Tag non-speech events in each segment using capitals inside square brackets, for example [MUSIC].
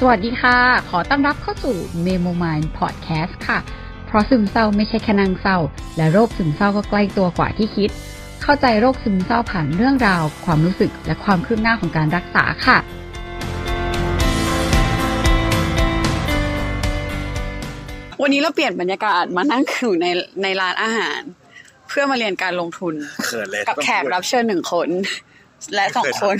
สวัสดีค่ะ ขอต้อนรับเข้าสู่ Memo Mind Podcast ค่ะ เพราะซึมเศร้าไม่ใช่แค่นางเศร้า และโรคซึมเศร้าก็ใกล้ตัวกว่าที่คิด เข้าใจโรคซึมเศร้าผ่านเรื่องราว ความรู้สึกและความคืบหน้าของการรักษาค่ะ วันนี้เราเปลี่ยนบรรยากาศมานั่งอยู่ในในร้านอาหาร เพื่อมาเรียนการลงทุ [LAUGHS] น เขินเลย กับแขกรับเชิญหนึ่งคน และสองคน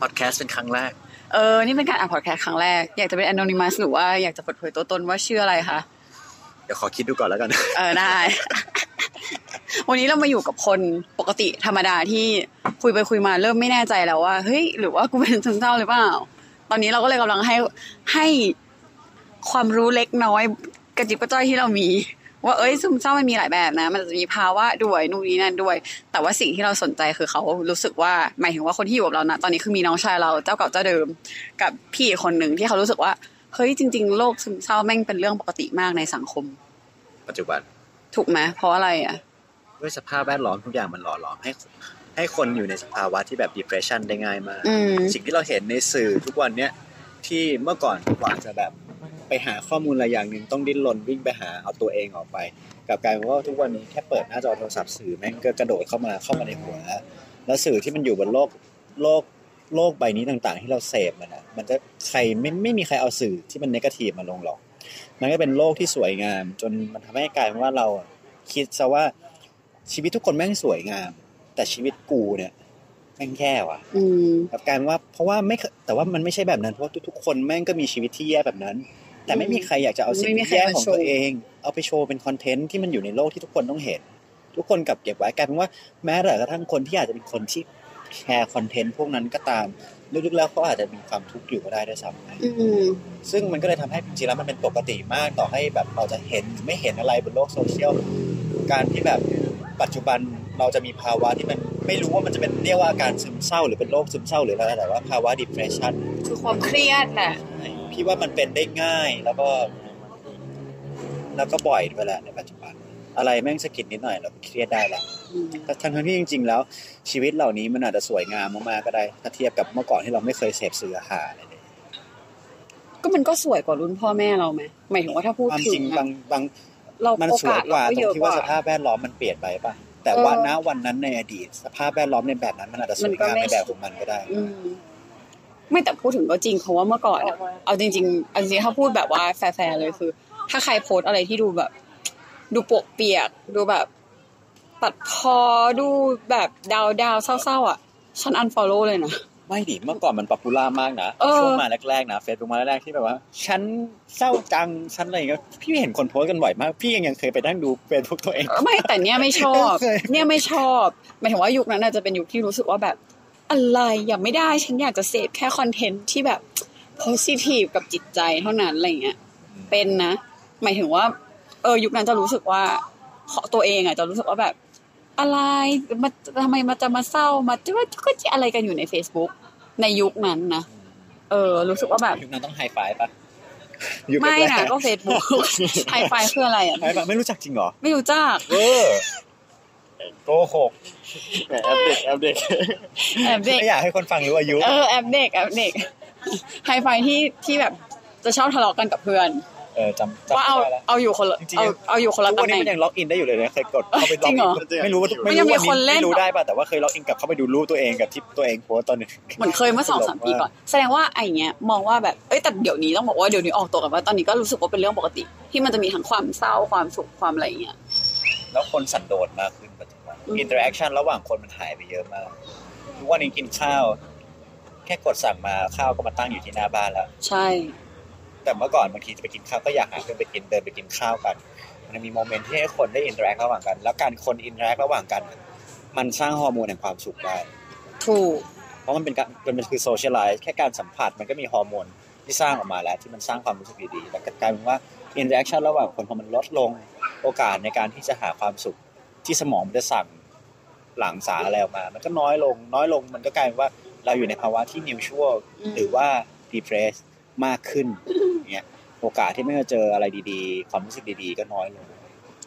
พอดแคสต์เป็นครั้งแรก เออ นี่เป็นการอ่านพอดแคสต์ครั้งแรก อยากจะเป็น anonymous หรือว่าอยากจะเปิดเผยตัวตนว่าชื่ออะไรคะ เดี๋ยวขอคิดดูก่อนแล้วกัน [LAUGHS] เออได้ [LAUGHS] วันนี้เรามาอยู่กับคนปกติธรรมดาที่คุยไปคุยมาเริ่มไม่แน่ใจแล้วว่า เฮ้ย หรือว่ากูเป็นซึมเศร้าหรือเปล่า ตอนนี้เราก็เลยกำลังให้ให้ความรู้เล็กน้อยกระจิบกระจ้อยที่เรามี ว่าเอ้ยซึมเศร้ามันมีหลายแบบนะ มันจะมีภาวะด้วยนู่นนี่นั่นด้วย แต่ว่าสิ่งที่เราสนใจคือเขารู้สึกว่าหมายถึงว่าคนที่อยู่กับเรานะตอนนี้คือมีน้องชายเราเจ้าเก่าเจ้าเดิม กับพี่อีกคนหนึ่งที่เขารู้สึกว่าเฮ้ยจริง ๆโรคซึมเศร้าแม่งเป็นเรื่องปกติมากในสังคม ปัจจุบัน ถูกไหมเพราะอะไรอ่ะ ด้วยสภาพแวดล้อมทุกอย่างมันหล่อหลอมให้ ให้คนอยู่ในสภาวะที่แบบ depression ได้ง่ายมาก อืม สิ่งที่เราเห็นในสื่อทุกวันเนี้ยที่เมื่อก่อนกว่าจะแบบไปหาข้อมูลอะไรอย่างหนึ่งต้องดิ้นรนวิ่งไปหาเอาตัวเองออกไปกลับกลายเป็นว่าทุกวันนี้แค่เปิดหน้าจอโทรศัพท์สื่อแม่งก็กระโดดเข้ามาเข้ามาในหัวแล้วแล้วสื่อที่มันอยู่บนโลกโลกโลกใบนี้ต่างๆ ที่เราเสพมันอ่ะมันจะใครไม่ไม่มีใครเอาสื่อที่มันเนกาทีฟมาลงหรอก มันก็เป็นโลกที่สวยงาม จนมันทำให้กลายเป็นว่าเราอะคิดซะว่าชีวิตทุกคนแม่งสวยงาม แต่ชีวิตกูเนี่ยแม่งแย่ว่ะ อืม กับการว่าเพราะว่าไม่เคยแต่ว่ามันไม่ใช่แบบนั้นเพราะทุกๆคนแม่งก็มีชีวิตที่แย่แบบนั้น แต่ไม่มีใครอยากจะเอาสิ่ง ไม่มี ที่ ใคร แย่ของ มาโชว์ ตัวเอง เอาไปโชว์เป็นคอนเทนต์ที่มันอยู่ในโลกที่ทุกคนต้องเห็น ทุกคนกลับเก็บไว้กลายเป็นว่าแม้แต่กระทั่งคนที่อาจจะเป็นคนที่แชร์คอนเทนต์พวกนั้นก็ตามลึกๆแล้วเขาอาจจะมีความทุกข์อยู่ก็ได้ด้วยซ้ำไป อืม ซึ่งมันก็เลยทำให้จริงๆแล้วมันเป็นปกติมากต่อให้แบบเราจะเห็นหรือไม่เห็นอะไรบนโลกโซเชียลการที่แบบปัจจุบันเราจะมีภาวะที่มันไม่รู้ว่ามันจะเป็นเรียกว่าอาการซึมเศร้าหรือเป็นโรคซึมเศร้าหรืออะไรแต่ว่าภาวะ depression คือความเครียดแหละ พี่ว่ามันเป็นได้ง่ายแล้วก็ แล้วก็บ่อยเวลาในปัจจุบัน อะไรแม่งสะกิดนิดหน่อยเราก็เครียดได้ละทั้งทั้งๆที่จริง ๆ แล้ว ชีวิตเหล่านี้มันอาจจะสวยงามมากๆก็ได้ ถ้าเทียบกับเมื่อก่อนที่เราไม่เคยเสพสื่อหาอะไรเลย ก็มันก็สวยกว่ารุ่นพ่อแม่เราไหมหมายถึงว่าถ้าพูด ความ ถึ จริง ง บางบาง เรา มัน โอ สว กาย ส กว่า เราก็ ตร เย ง อะ ที่ ก ว่า ว่า สภาพแวดล้อมมันเปลี่ยนไปป่ะแต่ว่า เออ ณวันนั้นในอดีต สภาพแวดล้อมในแบบนั้นมันอาจจะสวย มันก็ งาม ไม่ ในแบบของมันก็ได้ อืม ไม่แต่พูดถึงก็จริงเพราะว่าเมื่อก่อนอะเอาจริงๆเอาจริงๆถ้าพูดแบบว่าแฟร์ๆเลยคือ ถ้าใครโพสต์อะไรที่ดูแบบ ดูโปะเปียก ดูแบบ ตัดพอดูแบบดาวดาวๆเศร้าๆอ่ะ ฉันอันฟอลโล่เลยนะ ไม่ดิเมื่อก่อนมันป๊อปปูล่ามากนะ เออ ช่วงมาแรกๆนะเฟซบุ๊กมาแรกๆที่แบบว่า ฉันเศร้าจังฉันอะไรอย่างเงี้ยพี่เห็นคนโพสต์กันบ่อยมาก พี่ยังยังเคยไปนั่งดูเฟซบุ๊กตัวเอง ไม่แต่เนี้ยไม่ชอบ เคย เนี่ยไม่ชอบหมายถึงว่ายุคนั้นอาจจะเป็นยุคที่รู้สึกว่าแบบ อะไรอย่าไม่ได้ฉันอยากจะเสพแค่คอนเทนต์ที่แบบโพสิทีฟกับจิตใจเท่านั้นอะไรเงี้ยเป็นนะ หมายถึงว่า เออ ยุคนั้นจะรู้สึกว่าขอตัวเองอ่ะจะรู้สึกว่าแบบ อะไรมาทำไมมาจะมาเศร้ามาจะว่าก็จะอะไรกันอยู่ใน Facebook ในยุคนั้นนะเออ รู้สึกว่าแบบ ยุคนั้นต้องไฮไฟว์ปะยุค ไม่ แร นะ ๆ ก็ Facebook ไฮไฟคืออะไรอ่ะ ไฮไฟว์ไม่รู้จักจริงเหรอ ไม่รู้จัก เออโกหกแหมแอปเด็กแอปเด็ก แอบเด็ก ไม่อยากให้คนฟังรู้อายุ เออแอปเด็กแอปเด็กไฮไฟที่ที่แบบจะชอบทะเลาะกันกับเพื่อน เออจำจำ ว่าเอา ไม่ได้แล้ว เอาอยู่คนละ จริงๆ เอาเอาอยู่คนละ ทุกวั ตำ น แห นี้ น่ง มันยังล็อกอินได้อยู่เลยนะเคยกดเข้าไป จริงเหร ล็ อ อกอินไม่รู้ว่า มัน ไม่ ยัง รู้ มี ว่า คนเล่น ไม่รู้ เหรอ ได้ป่ะแต่ว่าเคยล็อกอินกลับเข้าไปดูรูปตัวเองกับที่ตัวเองโพสต์ตอนหนึง เหมือนเคยเมื่อสองสามปีก่อน แสดงว่าไอเงี้ยมองว่าแบบเอ้ยแต่เดี๋ยวนี้ต้องบอกว่าเดี๋ยวนี้ออกตัวกันว่าตอนนี้ก็รู้สึกว่าเป็นเรื่องปกติ ที่มันจะมีทั้งความเศร้าความสุขความอะไรอย่างเงี้ย แล้วคนสันโดษมากขึ้นปัจจุบัน อืม อินเตอร์แอคชั่นระหว่างคนมันหายไปเยอะมาก ทุกวันนี้กินข้าว แค่กดสั่งมาข้าวก็มาตั้งอยู่ที่หน้าบ้านแล้ว ใช่ แต่เมื่อก่อนบางทีจะไปกินข้าวก็อยากหาเพื่อนไปกินเดินไปกินข้าวกัน มันมีโมเมนต์ที่ให้คนได้อินเตอร์แอคระหว่างกัน แล้วการคนอินเตอร์แอคระหว่างกัน มันสร้างฮอร์โมนแห่งความสุขได้ ถูก เพราะมันเป็นการมันเป็นคือโซเชียลไลซ์แค่การสัมผัสมันก็มีฮอร์โมนที่สร้างออกมาแล้ว ที่มันสร้างความรู้สึกดีๆแต่กลายเป็นว่าอินเตอร์แอคชั่นระหว่างคนพอมันลดลงโอกาสในการที่จะหาความสุขที่สมองมันจะสั่งหลังสารอะไรออกมา มันก็น้อยลง น้อยลงมันก็กลายเป็นว่าเราอยู่ในภาวะที่นิวชั่ว ม หรือว่าดีเพรสมากขึ้นอย่างเงี้ยโอกาสที่ไม่จะเจออะไรดีๆ ความรู้สึกดีๆ ก็น้อยลง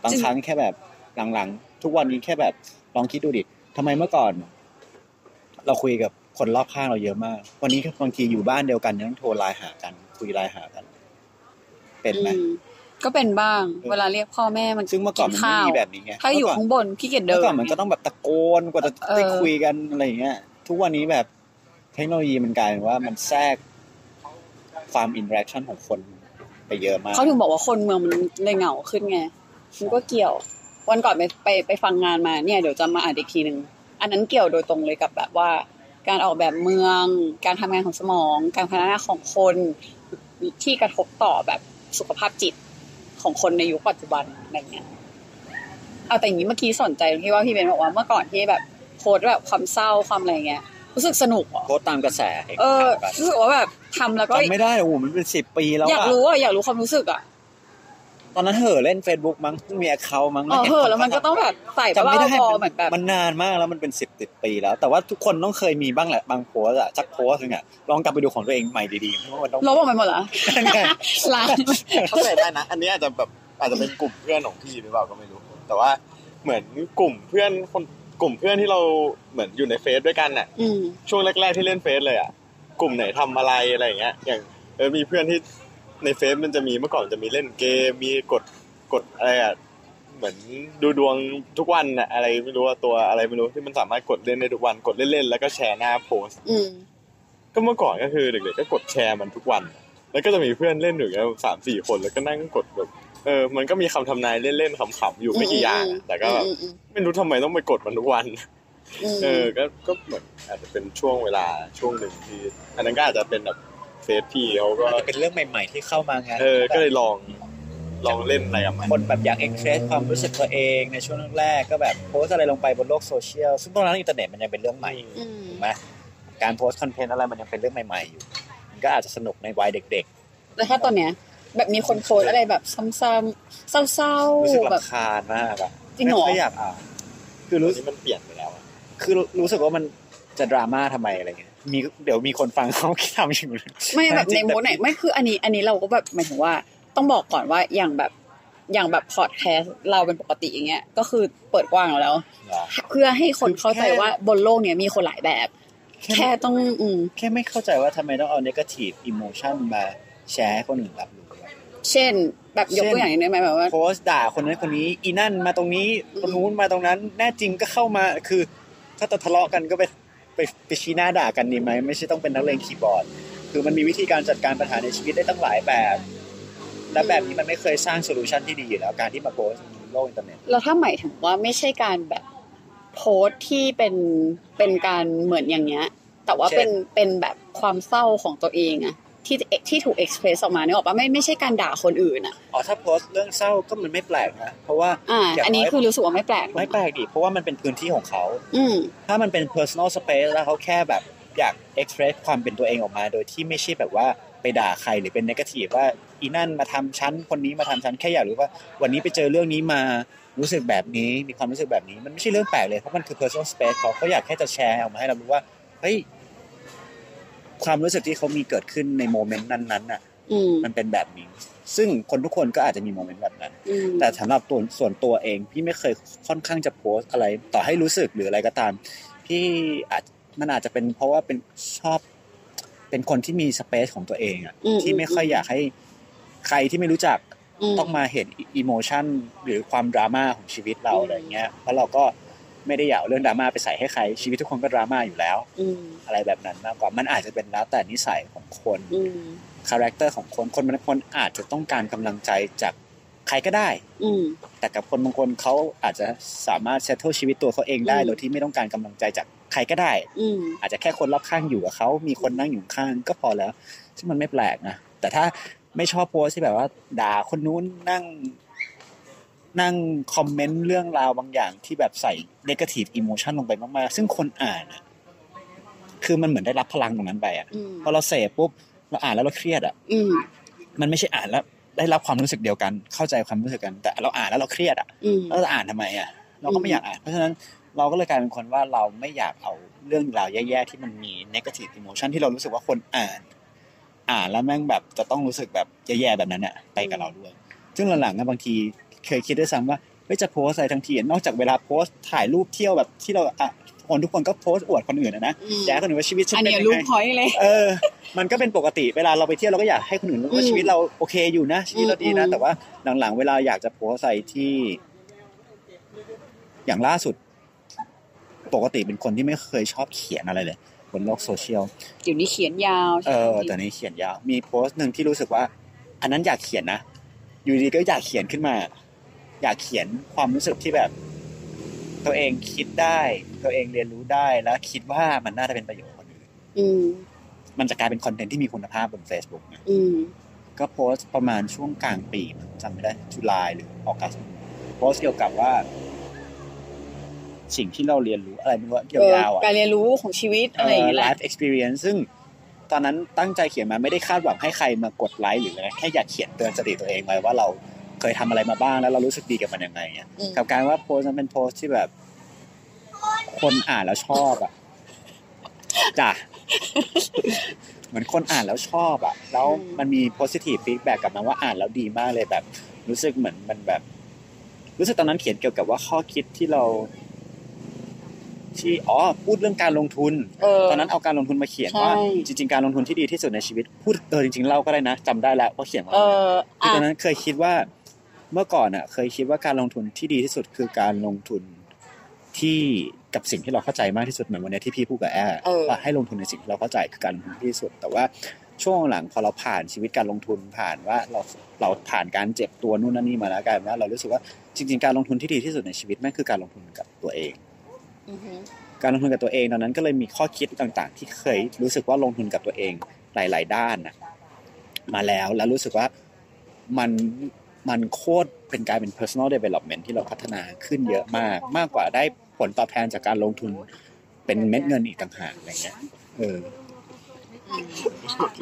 บางครั้งแค่แบบหลังๆ ทุกวันนี้แค่แบบลองคิดดูดิทำไมเมื่อก่อน เราคุยกับ คนรอบข้างเราเยอะมาก วันนี้บางทีอยู่บ้านเดียวกันยังต้องโทรไลน์หากัน คุยไลน์หากัน เป็นไหม อืมก็เป็นบ้าง เออ เวลาเรียกพ่อแม่มัน ซึ่งเมื่อก่อนมันไม่ ข้าว มีแบบนี้ไง ถ้าอยู่ข้าเมื่อก่อนงบนขี้เกียจ เมื่ เดิ อน ก่อนมันก็ต้องแบบตะโกนกว่าจะ เออ ได้คุยกันอะไรอย่างเงี้ย ทุกวันนี้แบบเทคโนโลยีมันกลายเป็นว่ามันแทรกความอินเ r อ c t ชั่นของคนไปเยอะมาก เขาถึงบอกว่าคนเมืองมันเลยเหงาขึ้นไงมันก็เกี่ยว วันก่อนไปไปไปฟังงานมาเนี่ยเดี๋ยวจะมาอ่านอีกทีหนึ่งอันนั้นเกี่ยวโดยตรงเลยกับแบบว่า การออกแบบเมือง การทำงานของสมอง การพัฒนาของคนที่กระทบต่อแบบสุขภาพจิตของคนในยุคปัจจุบันอะไรเงี้ยเอาแต่อย่างนี้เมื่อกี้สนใจตรงที่ว่าพี่เบนบอกว่าเมื่อก่อนที่แบบโพสต์แบบความเศร้าความอะไรเงี้ยรู้สึกสนุกเหรอ โพสต์ตามกระแสเอง เออ ครับ รู้สึกว่าแบบทำแล้วก็ จำไม่ได้โอ้โหมันเป็นสิบปีแล้ว อยาก อะ รู้อ่ะอยากรู้ความรู้สึกอ่ะ ตอนนั้นเหอะเล่น Facebook มั้งเพิ่งมีแอคเคาท์มั้ง เออเหอะแล้วมันก็ต้องแบบใส่ จำ เบ้า ไม่ได้ พอ มัน เหมือนแบบ มันนานมากแล้วมันเป็นสิบติดปีแล้ว แต่ว่าทุกคนต้องเคยมีบ้างแหละบางโพสอะสักโพสหนึงอะลองกลับไปดูของตัวเองใหม่ดีๆเพราะว่ามันต้อง ลบออกไปหมดเหรอ ไง ล้าน เข้าใจได้นะ อันนี้อาจจะแบบอาจจะเป็นกลุ่มเพื่อนของพี่หรือเปล่าก็ไม่รู้ แต่ว่าเหมือนกลุ่มเพื่อนคนกลุ่มเพื่อนที่เราเหมือนอยู่ในเฟซด้วยกันน่ะ อืม ช่วงแรก ๆที่เล่นเฟซเลยอ่ะกลุ่มไหนทำอะไรอะไรอย่างเงี้ย อย่างเออมีเพื่อนที่ในเฟซมันจะมีเมื่อก่อนจะมีเล่นเกม มีกดกดอะไรอ่ะเหมือนดูดวงทุกวันน่ะอะไรไม่รู้ว่าตัวอะไรไม่รู้ที่มันสามารถกดเล่นได้ทุกวันกดเล่นๆแล้วก็แชร์หน้าโพสต์ อืม ก็เมื่อก่อนก็คือเด็กๆก็กดแชร์มันทุกวัน แล้วก็จะมีเพื่อนเล่นอยู่แค่สามสี่คนแล้วก็นั่งกดแบบเออ มันก็มีคำทำนายเล่นๆขำๆอยู่ไม่กี่อย่างอะแต่ก็แบบ อืมอืม ไม่รู้ทำไมต้องไปกดมันทุกวัน อืม เออ ก็ก็เหมือนอาจจะเป็นช่วงเวลาช่วงหนึ่งที่ อันนั้นก็อาจจะเป็นแบบเฟซพี่เขาก็ อาจจะ [LAUGHS] เป็นเรื่องใหม่ ๆ ที่เข้ามาไง เออ ก็เลยลองลองเล่นอะไรกับมัน คนแบบอยากเอ็กเพรสความรู้สึกตัวเองในช่วงแรกๆก็แบบโพสต์อะไรลงไปบนโลกโซเชียลซึ่งตอนนั้นอินเทอร์เน็ตมันยังเป็นเรื่องใหม่ อืม ถูกไหมการโพสต์คอนเทนต์อะไรมันยังเป็นเรื่องใหม่ ๆ อยู่มันก็อาจจะสนุกในวัยเด็ก แล้วถ้าตอนเนี้ย แบบมีคนโพสต์อะไรแบบซ้ำๆเศร้า ๆ รู้สึก ๆแบบ รำคาญมากอะ จริงเหรอ ไม่ค่อยอยากอ่านคือ รู้ รู้ สึกมันเปลี่ยนไปแล้วอะ คือรู้สึกว่ามันจะดราม่าทำไมอะไรเงี้ยมีเดี๋ยวมีคนฟังเขาคิดทำอยู่เลย ไม่แบบ จ ใน ริงๆ โมดไหน แต่ ไม่คืออันนี้อันนี้เราก็แบบหมายถึงว่าต้องบอกก่อนว่าอย่างแบบอย่างแบบพอดแคสต์เราเป็นปกติอย่างเงี้ยก็คือเปิดกว้างแล้ว เหรอ เพื่อให้คนเข้าใจ คือแค่ ว่าบนโลกเนี้ยมีคนหลายแบบ แค่ต้องอืม แค่ไม่เข้าใจว่าทำไมต้องเอาเนกาทีฟอิโมชันมาแชร์ให้คนอื่นรับรู้วะ เช่น แบบยกตัวอย่างนี้ได้ไหมแบบว่า โพสต์ด่าคนนั้นคนนี้ อีนั่นมาตรงนี้ อืม คนนู้นมาตรงนั้น แน่จริงก็เข้ามาคือ ถ้าจะทะเลาะกันก็ไปไปไปชี้หน้าด่ากันดีไหมไม่ใช่ต้องเป็นนักเลงคีย์บอร์ด คือมันมีวิธีการจัดการปัญหาในชีวิตได้ตั้งหลายแบบ และแบบนี้มันไม่เคยสร้างโซลูชันที่ดีอยู่แล้วการที่มาโพสต์บนโลกอินเทอร์เน็ต แล้วถ้าหมายถึงว่าไม่ใช่การแบบโพสต์ที่เป็นเป็นการเหมือนอย่างเงี้ย แต่ว่าเป็นเป็นแบบความเศร้าของตัวเองอะที่ที่ถูกเอ็กซ์เพรสออกมาเนี่ยบอกว่าไม่ไม่ใช่การด่าคนอื่นอะ อ๋อถ้าโพสต์เรื่องเศร้าก็มันไม่แปลกนะเพราะว่า อ่า ย่าง อันนี้ ย คือรู้สึกว่าไม่แปลก ไม่แปลกดิเพราะว่ามันเป็นพื้นที่ของเขา อืม ถ้ามันเป็น personal space แล้วเขาแค่แบบอยาก express ความเป็นตัวเองออกมา โดยที่ไม่ใช่แบบว่าไปด่าใครหรือเป็น negative ว่าอีนั่นมาทำชั้นคนนี้มาทำชั้นแค่อยากรู้ว่า วันนี้ไปเจอเรื่องนี้มารู้สึกแบบนี้มีความรู้สึกแบบนี้ มันไม่ใช่เรื่องแปลกเลยเพราะมันคือ personal space เขาเขาอยากแค่จะแชร์ออกมาให้เรารู้ว่าเฮ้ยความรู้สึกที่เขามีเกิดขึ้นในโมเมนต์นั้นๆน่ะ อืม มันเป็นแบบนี้ ซึ่งคนทุกคนก็อาจจะมีโมเมนต์แบบนั้น อืม แต่สำหรับตัวส่วนตัวเองพี่ไม่เคยค่อนข้างจะโพสต์อะไร ต่อให้รู้สึกหรืออะไรก็ตาม พี่อาจมันอาจจะเป็นเพราะว่าเป็นชอบ เป็นคนที่มีสเปซของตัวเองอะ อื ที่ไม่ค่อยอยากให้ใครที่ไม่รู้จัก ม ต้องมาเห็นอิโมชันหรือความดราม่าของชีวิตเรา อืม อะไรเงี้ยเพราะเราก็ไม่ได้อยากเอาเรื่องดราม่าไปใส่ให้ใคร ชีวิตทุกคนก็ดราม่าอยู่แล้ว อืม อะไรแบบนั้นมากกว่ามันอาจจะเป็นแล้วแต่นิสัยของคน อืม คาแรคเตอร์ของคนคนบางคนอาจจะต้องการกำลังใจจากใครก็ได้ อืม แต่กับคนบางคนเขาอาจจะสามารถเซตเทิลชีวิตตัวเขาเองได้ อืม โดยที่ไม่ต้องการกำลังใจจากใครก็ได้ อืม อาจจะแค่คนรอบข้างอยู่กับเขามีคนนั่งอยู่ข้างก็พอแล้ว ซึ่งมันไม่แปลกนะแต่ถ้าไม่ชอบโพสต์ที่แบบว่า ด่าคนนู้นนั่ง นั่งคอมเมนต์เรื่องราวบางอย่างที่แบบใส่เนกาทีฟอิโมชันลงไปมากๆ ซึ่งคนอ่านอะคือมันเหมือนได้รับพลังตรงนั้นไปอะ อืม พอเราเสพปุ๊บเราอ่านแล้วเราเครียดอะ อืม มันไม่ใช่อ่านแล้วได้รับความรู้สึกเดียวกัน เข้าใจความรู้สึกกัน แต่เราอ่านแล้วเราเครียดอะ อืม เราจะอ่านทำไมอ่ะเราก็ไม่ อืม อยากอ่าน เพราะฉะนั้นเราก็เลยกลายเป็นคนว่าเราไม่อยากเอาเรื่องราวแย่ๆที่มันมี negative emotion ที่เรารู้สึกว่าคนอ่าน อ่านแล้วแม่งแบบจะต้องรู้สึกแบบแย่ๆแบบนั้นอ่ะไปกับเราด้วย ซึ่งหลังๆอะบางทีเคยคิดด้วยซ้ำว่าเฮ้ยจะโพสต์อะไรทั้งทีอะนอกจากเวลาโพสต์ถ่ายรูปเที่ยวแบบที่เราอะโพ คนทุกคนก็โพสต์อวดคนอื่นอะนะ อืม อยากให้คนอื่นว่าชีวิตฉัน อัน เป็น เนี้ยรูปยังไง พอยต์เลย เออ มันก็เป็นปกติ เวลาเราไปเที่ยวเราก็อยากให้คนอื่นรู้ อื ว่าม ชีวิตเราโอเคอยู่นะ ชีวิตเราดีนะ อืม แต่ว่าหลังๆ เวลาอยากจะโพสต์ใส่ที่ อย่างล่าสุด ปกติเป็นคนที่ไม่เคยชอบเขียนอะไรเลย บนโลกโซเชียล เดี๋ยวนี้เขียนยาวใช่ เอ ไหม อแต่นี้เขียนยาว มีโพสต์หนึ่งที่รู้สึกว่า อันนั้นอยากเขียนนะ อยู่ดีก็อยากเขียนขึ้นมา อยากเขียนความรู้สึกที่แบบ ตัวเองคิดได้ ตัวเองเรียนรู้ได้ แล้วคิดว่ามันน่าจะเป็นประโยชน์กับคนอื่น อืม มันจะกลายเป็นคอนเทนต์ที่มีคุณภาพบน Facebook นะ อืม ก็โพสต์ประมาณช่วงกลางปีมั้งจำไม่ได้จุลายหรือออกัสโพสต์เกี่ยวกับว่า สิ่งที่เราเรียนรู้อะไรไม่รู้อะยาวๆ เออการ อ่ะ เรียนรู้ของชีวิตอะไรอย่างเงี้ยแห ไล ละ ฟ์เอ็กซ์เพรียซึ่ง ตอนนั้นตั้งใจเขียนมาไม่ได้คาดหวังให้ใครมากดไลค์หรืออะไรแค่อยากเขียนเตือนสติตัวเองไว้ว่าเราเคยทำอะไรมาบ้างแล้วเรารู้สึกดีกับมันยังไงเนี่ย อืม กับกลารว่าโพสต์นั้นเป็นโพสต์ที่แบบ คนอ่านแล้วชอบอ่ะจ้ะเหมือนคนอ่านแล้วชอบอ่ะ แล้วมันมี positive feedback กลับมาว่าอ่านแล้วดีมากเลยแบบ รู้สึกเหมือนมันแบบ รู้สึกตอนนั้นเขียนเกี่ยวกับว่าข้อคิดที่เรา ที่อ๋อพูดเรื่องการลงทุน เออ ตอนนั้นเอาการลงทุนมาเขียน ใช่ ว่า จริงๆ การลงทุนที่ดีที่สุดในชีวิตพูดเออจริงๆเล่าก็ได้นะจำได้แล้วว่าเขียนว่า เออ คือ อ่ะ ตอนนั้นเคยคิดว่าเมื่อก่อนอ่ะ เคยคิดว่าการลงทุนที่ดีที่สุดคือการลงทุนที่กับสิ่งที่เราเข้าใจมากที่สุดเหมือนวันนี้ที่พี่พูดกับแอร์ว่าให้ลงทุนในสิ่งที่เราเข้าใจคือการลงทุนที่ดีที่สุด แต่ว่าช่วงหลังพอเราผ่านชีวิตการลงทุนผ่านว่าเราเราผ่านการเจ็บตัวนู่นนั่นนี่มาแล้วกลายเป็นว่าเรารู้สึกว่าจริง ๆ การลงทุนที่ดีที่สุดในชีวิตแม่งคือการลงทุนกับตัวเอง อือฮึ การลงทุนกับตัวเองตอนนั้นก็เลยมีข้อคิดต่างๆ ที่เคยรู้สึกว่าลงทุนกับตัวเองหลาย ๆ ด้านนะมาแล้วแล้วรู้สึกว่ามันมันโคตรเป็นการเป็น personal development ที่เราพัฒนาขึ้นเยอะมาก มากกว่าได้ผลตอบแทนจากการลงทุนเป็นเม็ดเงินอีกต่างหากอะไรเงี้ยเออ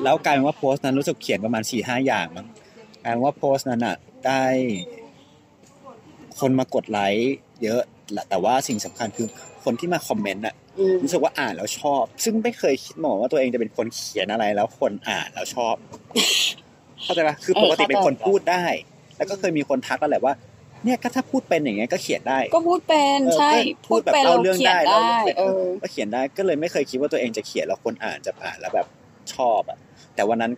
แล้วกลายเป็นว่าโพสต์นั้นรู้สึกเขียนประมาณสี่ห้าอย่างมั้งกลายเป็นว่าโพสต์นั้นอ่ะได้คนมากดไลค์เยอะและแต่ว่าสิ่งสำคัญคือคนที่มาคอมเมนต์อ่ะ อืม รู้สึกว่าอ่านแล้วชอบ ซึ่งไม่เคยคิดหมอว่าตัวเองจะเป็นคนเขียนอะไรแล้วคนอ่านแล้วชอบ [LAUGHS] เข้าใจปะคือปกติเป็นคนพูดได้ แล้วก็เคยมีคนทักแล้วแหละว่า เนี่ยก็ถ้าพูดเป็นอย่างเงี้ยก็เขียนได้ ก็พูดเป็น เออ ใช่ ก็พู พู ด ด แบบ เป็น เล่า เรา เรื่อง เขียนได้ได้เล่าเรื่อง เออ ก็เขียนได้ก็เลยไม่เคยคิดว่าตัวเองจะเขียนแล้วคนอ่านจะอ่านแล้วแบบชอบอ่ะ แต่วันนั้น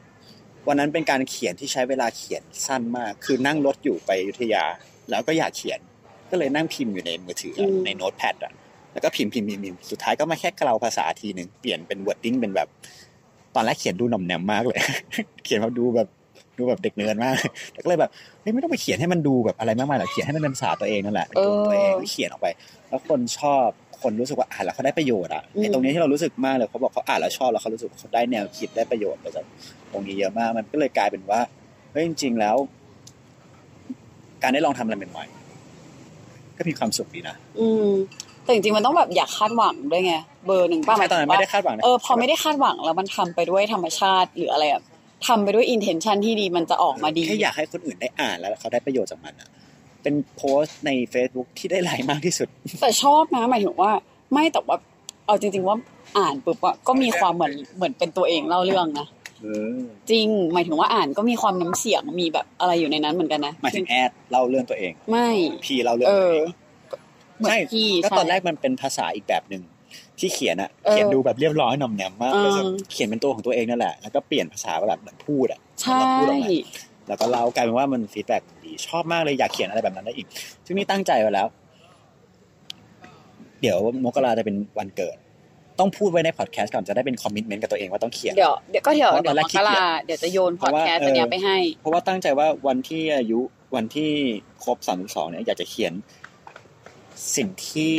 วันนั้นเป็นการเขียนที่ใช้เวลาเขียนสั้นมาก คือนั่งรถอยู่ไปอยุธยา แล้วก็อยากเขียน ก็เลยนั่งพิมพ์อยู่ในมือถืออะ อืม ในโน้ตแพดอ่ะ แล้วก็พิมพ์พิมพ์พิมพ์พิมพ์สุดท้ายก็มาแค่เกลาภาษาทีหนึ่งเปลี่ยนเป็นวอร์ดดิ้งเป็นแบบ ตอนแรกเขียนดูหน่อมแนมมากเลย [LAUGHS] เขียนแบบดูแบบดูแบบเด็กเนิร์ดมาก แต่ก็เลยแบบเฮ้ยไม่ต้องไปเขียนให้มันดูแบบอะไรมากมายหรอกเขียนให้มันเป็นภาษาตัวเองนั่นแหละเป็นตัวตัวเอง เออ เขียนออกไป แล้วคนชอบคนรู้สึกว่าอ่านแล้วเขาได้ประโยชน์อ่ะ อืม ไอ้ตรงนี้ที่เรารู้สึกมากเลยเขาบอกเขาอ่านแล้วชอบแล้วเขารู้สึกเขาได้แนวคิดได้ประโยชน์ไปจากตรงนี้เยอะมาก มันก็เลยกลายเป็นว่าเฮ้ยจริง ๆ แล้ว การได้ลองทำอะไรใหม่ๆก็มีความสุขดีนะ อืมแต่จริงๆมันต้องแบบอยากคาดหวังด้วยไง เบอร์หนึ่งป้าหมาย ตอน ถึ นั้น งว่า ไม่ได้คาดหวังนะ เออพอไม่ได้คาดหวังแล้วมันทำไปด้วยธรรมชาติหรืออะไรอะทำไปด้วยอินเทนชันที่ดีมันจะออกมาดี แค่อยากให้คนอื่นได้อ่านแล้วเขาได้ประโยชน์จากมันอ่ะ เป็นโพสต์ใน Facebook ที่ได้ไลค์มากที่สุด แต่ชอบนะหมายถึงว่า ไม่แต่ว่าเอาจริง ๆ ว่าอ่านปุ๊บอะก็มีความเหมือนเหมือนเป็นตัวเองเล่าเรื่องนะจริง หมายถึงว่าอ่านก็มีความน้ำเสียงมีแบบอะไรอยู่ในนั้นเหมือนกันนะ หมายถึงแอดเล่าเรื่องตัวเอง ไม่ พีเล่าเรื่อง เอ ตัว อ เอง เหมือน ใช่ พี่ ก็ตอน ใช่ แรกมันเป็นภาษาอีกแบบหนึ่งที่เขียนอ่ะ เออ เขียนดูแบบเรียบร้อยหน่อมแนมมาก เออ เลยครับเขียนเป็นตัวของตัวเองนั่นแหละ แล้วก็เปลี่ยนภาษาแบบเหมือนพูดอ่ะ ใช่ แล้วก็พูดออกมาแล้วก็เล่ากลายเป็นว่ามันฟีดแบ็กดีชอบมากเลยอยากเขียนอะไรแบบนั้นได้อีก ซึ่งนี่ตั้งใจไว้แล้ว เดี๋ยวมกราจะเป็นวันเกิด ต้องพูดไว้ในพอดแคสต์ก่อนจะได้เป็นคอมมิชเมนต์กับตัวเองว่าต้องเขียน เดี๋ยวเดี๋ยวก็เดี๋ยว เพราะต เดี๋ อย น ว แรก มกราเดี๋ยวจะโยน เพ พอ ราะ ด ว่า แคสต์อันเนี้ย เออ ไปให้ เพราะว่าตั้งใจว่าวันที่อายุวันที่ครบสามสองเนี่ยอยากจะเขียนสิ่งที่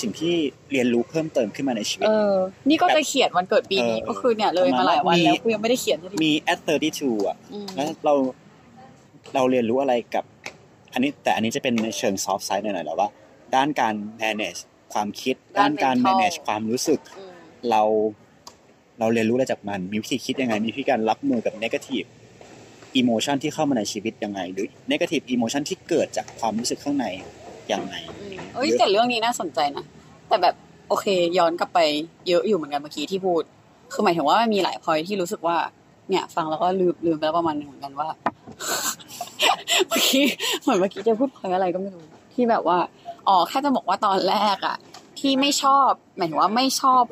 สิ่งที่เรียนรู้เพิ่มเติมขึ้นมาในชีวิต เออ นี่ก็ แบบ จะเขียนวันเกิดปีนี้ เออ ก็คือเนี่ยเลยมาหลายวัน ประมาณว่ามี แล้วกูยังไม่ได้เขียนสักที มี at 32 อ่ะ อืม แล้วเราเราเรียนรู้อะไรกับ อันนี้แต่อันนี้จะเป็นในเชิง soft side หน่อยๆแล้วว่า ด้านการ manage ความคิด ด้านการ manage ความรู้สึก อืม เราเราเรียนรู้อะไรจากมัน มีวิธีคิดยังไง มีวิธีการรับมือกับ negative emotion ที่เข้ามาในชีวิตยังไง หรือ negative emotion ที่เกิดจากความรู้สึกข้างในยังไง เอ้ยแต่เรื่องนี้น่าสนใจนะ แต่แบบโอเค ย้อนกลับไปเยอะอยู่เหมือนกันเมื่อกี้ที่พูด คือหมายถึงว่ามีหลายพอยที่รู้สึกว่า เนี่ย ฟังแล้วก็ลืมลืมไปแล้วประมาณห [LAUGHS] นึงเหมือนกันว่า เมื่อกี้เหมือนเมื่อกี้จะพูดพอยอะไรก็ไม่รู้ที่แบบว่า อ๋อแค่จะบอกว่าตอนแรกอะที่ไม่ชอบหมายถึงว่าไม่ชอบ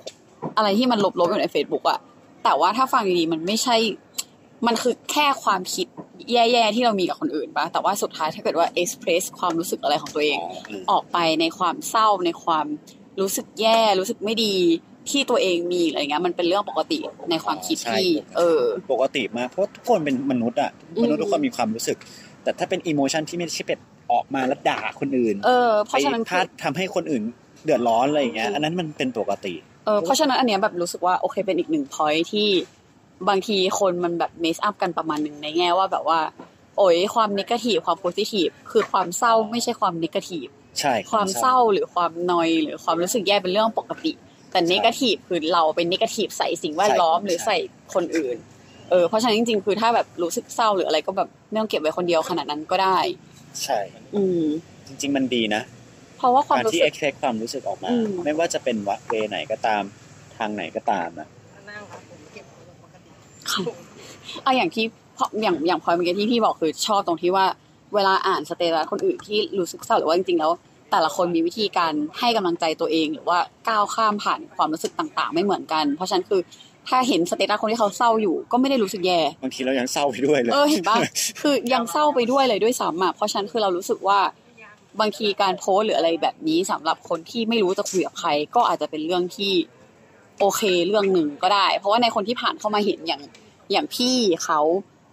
อะไรที่มันลบๆอยู่ใน Facebook อะแต่ว่าถ้าฟังดีๆมันไม่ใช่ มันคือแค่ความคิดแย่ๆที่เรามีกับคนอื่นปะแต่ว่าสุดท้ายถ้าเกิดว่าเอ็กเพรสความรู้สึกอะไรของตัวเอง ออกไปในความเศร้าในความรู้สึกแย่รู้สึกไม่ดีที่ตัวเองมีอะไรเงี้ยมันเป็นเรื่องปกติในความคิดที่ ใช่ เออ ปกติมากเพราะทุกคนเป็นมนุษย์อะ อืม มนุษย์ทุกคนมีความรู้สึก แต่ถ้าเป็นอิโมชันที่ไม่ใช่เป็นออกมาแล้วด่าคนอื่น เออ เพ ไป ราะฉะนั้น พ คื ลา อ ดทำให้คนอื่นเดือดร้อนอะไรอย่างเงี้ย อืม อันนั้นมันเป็นปกติ เออเพราะฉะนั้นอันเนี้ยแบบรู้สึกว่าโอเคเป็นอีกหนึ่ง point ที่บางทีคนมันแบบ mess up กันประมาณหนึ่งในแง่ว่าแบบว่า โอ้ยความนิเกทีฟความโพซิทีฟคือความเศร้าไม่ใช่ความนิเกทีฟ ใช่ ความเศร้าหรือความนอยหรือความรู้สึกแย่เป็นเรื่องปกติ แต่นิเกทีฟคือเราเป็นนิเกทีฟใส่สิ่งแวดล้อมหรือใส่คนอื่นเออเพราะฉะนั้นจริงๆคือถ้าแบบรู้สึกเศร้าหรืออะไรก็แบบไม่ต้องเก็บไว้คนเดียวขนาดนั้นก็ได้ ใช่ อืม จริง ๆ มันดีนะ เพราะว่าความ การ รู้ ที่ สึ เอ็ ก กเพรสความรู้สึกออกมา อืม ไม่ว่าจะเป็นวัดเวไหนก็ตามทางไหนก็ตามนะ เอาอย่างที่พออย่างอย่างพลอยเมื่อกี้ที่พี่บอกคือชอบตรงที่ว่าเวลาอ่านสเตตัสคนอื่นที่รู้สึกเศร้าหรือว่าจริงๆแล้ว แต่ละคนมีวิธีการให้กำลังใจตัวเอง หรือว่าก้าวข้ามผ่านความรู้สึกต่างๆ ไม่เหมือนกัน เพราะฉะนั้นคือถ้าเห็นสเตตัสคนที่เขาเศร้าอยู่ก็ไม่ได้รู้สึกแย่ บางทีเรายังเศร้าไปด้วยเลย เออเห็น [LAUGHS] ปะ คือยังเศร้าไปด้วยเลยด้วยซ้ำอ่ะเพราะฉะนั้นคือเรารู้สึกว่าบางทีการโพสต์หรืออะไรแบบนี้สำหรับคนที่ไม่รู้จะคุยกับใคร ก็อาจจะเป็นเรื่องที่โอเคเรื่องหนึ่งก็ได้ เพราะว่าในคนที่ผ่านเข้ามาเห็นอย่างอย่างพี่เขา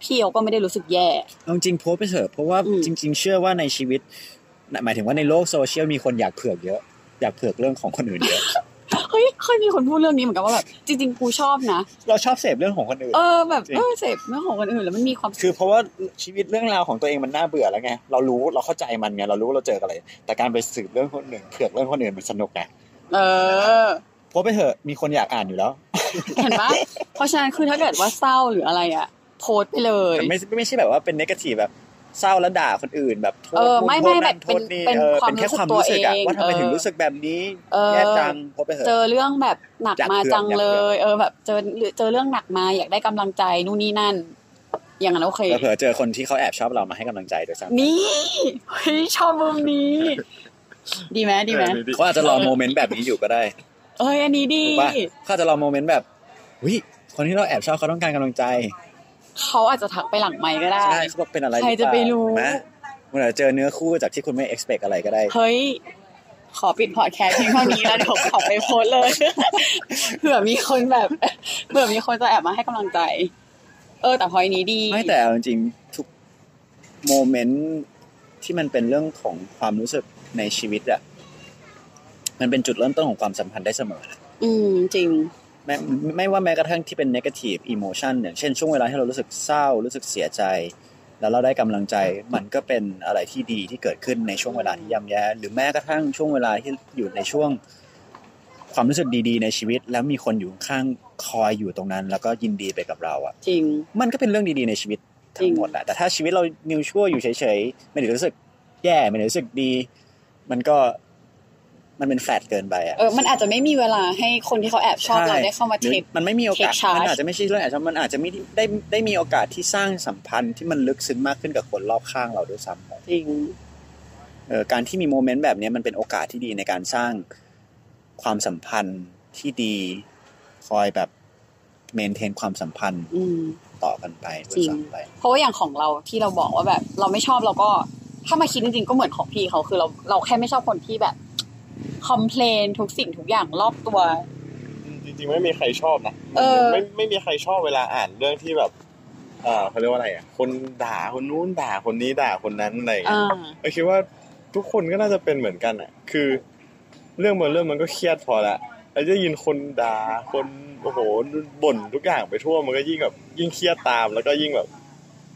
พี่เขาก็ไม่ได้รู้สึกแย่ เอาจริงโพสต์ไปเถอะเพราะว่า อืม จริง ๆ เชื่อว่าในชีวิตหมายถึงว่าในโลกโซเชียลมีคนอยากเผือกเยอะ อยากเผือกเรื่องของคนอื่น [LAUGHS] เยอะ เฮ้ยเคยมีคนพูดเรื่องนี้เหมือนกันว่าแบบจริงๆกูชอบนะ เราชอบเสพเรื่องของคนอื่น เออแบบ จริง เออเสพเรื่องของคนอื่นแล้วมันมีความสุข คือเพราะว่าชีวิตเรื่องราวของตัวเองมันน่าเบื่อแล้วไงเรารู้เราเข้าใจมันไงเรารู้เราเจออะไร แต่การไปสืบเรื่องคนอื่นเผือกเรื่องคนอื่นมันสนุกไง เออ โพสต์ไปเถอะมีคนอยากอ่านอยู่แล้ว เห็นปะเพราะฉะนั้นคือถ้าเกิดว่าเศร้าหรืออะไรอ่ะโพสต์ไปเลย แต่ไม่ไม่ใช่แบบว่าเป็นนกาทีแบบเศร้าแล้วด่าคนอื่นแบบโทษ เออ นู่น ไม่ โทษ ไม่ นั่น แบบ โทษนี่ เป็น เออ เป็น เป็นแค่คคาววาม ม รู้ รู้ สึ สึ กตัวกอะ เอง ว่าทำไมถึง เออ รู้สึกแบบนี้ เออ แย่จังโพสต์ไปเถ เจ อะ อเรื่องแบบหนัก อยาก มา เผือก จัง อยาก เล เผือยกเออแบบเจอหรือเจอเรื่องหนักมาอยากได้กำลังใจนู่นนี่นั่น อย่างนั้นโอเค เผื่อเจอคนที่เขาแอบชอบเรามาให้กำลังใจด้วยซ้ำ นี่เฮ้ยชอบมุมนี้ ดีไหมดีไหม เออ เขาอาจจะรอโมเมนต์แบบนี้อยู่ก็ได้ เอ้ยอันนี้ดี ถูกป่ะเขาอาจจะรอโมเมนต์แบบวิคนที่เราแอบชอบเขาต้องการกำลังใจ เขาอาจจะทักไปหลังไมค์ก็ได้ ใช่เขาบอกเป็นอะไรหอเปล่า ใครจะไปรู้ เห็นหมมันอาจจะเจอเนื้อคู่จากที่คุณไม่ expect อะไรก็ได้ เฮ้ย ขอปิดพอดแคสต์เพียงเท่านี้แล้วเดี๋ยวขอไปโพสต์เลยเผื่อมีคนแบบเผื่อมีคนจะแอบมาให้กำลังใจ เออ แต่พอยนี้ดี ไม่แต่เอาจริงๆทุกโมเมนต์ที่มันเป็นเรื่องของความรู้สึกในชีวิตอะมันเป็นจุดเริ่มต้นของความสัมพันธ์ได้เสมอนะ อืมจริง ไม่ไม่ว่าแม้กระทั่งที่เป็น negative emotion อย่างเช่นช่วงเวลาที่เรารู้สึกเศร้ารู้สึกเสียใจ แล้วเราได้กำลังใจ มันก็เป็นอะไรที่ดีที่เกิดขึ้นในช่วงเวลาที่ย่ำแย่ หรือแม้กระทั่งช่วงเวลาที่อยู่ในช่วง ความรู้สึกดีๆในชีวิต แล้วมีคนอยู่ข้างๆคอยอยู่ตรงนั้น แล้วก็ยินดีไปกับเราอะ จริง มันก็เป็นเรื่องดีๆในชีวิต จริ ทั้ ง งหมดแหละแต่ถ้าชีวิตเรานิวชั่วอยู่เฉยๆ ไม่ได้รู้สึกแย่ไม่ได้รู้สึกดี มันก็มันเป็นแฟลตเกินไปอ่ะ เออ มันอาจจะไม่มีเวลาให้คนที่เขาแอบชอบเราได้เข้ามา หรือ เช็ค มันไม่มีโอกาส take charge มันอาจจะไม่ใช่เรื่องอาจจะมันอาจจะไม่ได้ได้ได้มีโอกาสที่สร้างสัมพันธ์ที่มันลึกซึ้งมากขึ้นกับคนรอบข้างเราด้วยซ้ำไป จริง เออการที่มีโมเมนต์แบบเนี้ยมันเป็นโอกาสที่ดีในการสร้างความสัมพันธ์ที่ดีคอยแบบเมนเทนความสัมพันธ์ อืม ต่อกันไปด้ว จริ ย ง ซ้ำไป เพราะว่าอย่างของเราที่เราบอกว่าแบบ เราไม่ชอบเราก็ ถ้ามาคิดจริงๆก็เหมือนของพี่เขาคือเราเราแค่ไม่ชอบคนที่แบบคอมเพลนทุกสิ่งทุกอย่างรอบตัว จริงๆไม่มีใครชอบนะ เออ ไม่ไม่มีใครชอบเวลาอ่านเรื่องที่แบบเออเขาเรียกว่าอะไรอ่ะ คนด่าคนนู้นด่าคนนี้ด่าคนนั้นอะไรอย่างเงี้ย อ่า เออคิดว่าทุกคนก็น่าจะเป็นเหมือนกันอ่ะ คือ เรื่องบางเรื่องมันก็เครียดพอละแล้วจะยินคนด่าคนโอ้โหบ่นทุกอย่างไปทั่วมันก็ยิ่งแบบยิ่งเครียดตามแล้วก็ยิ่งแบบ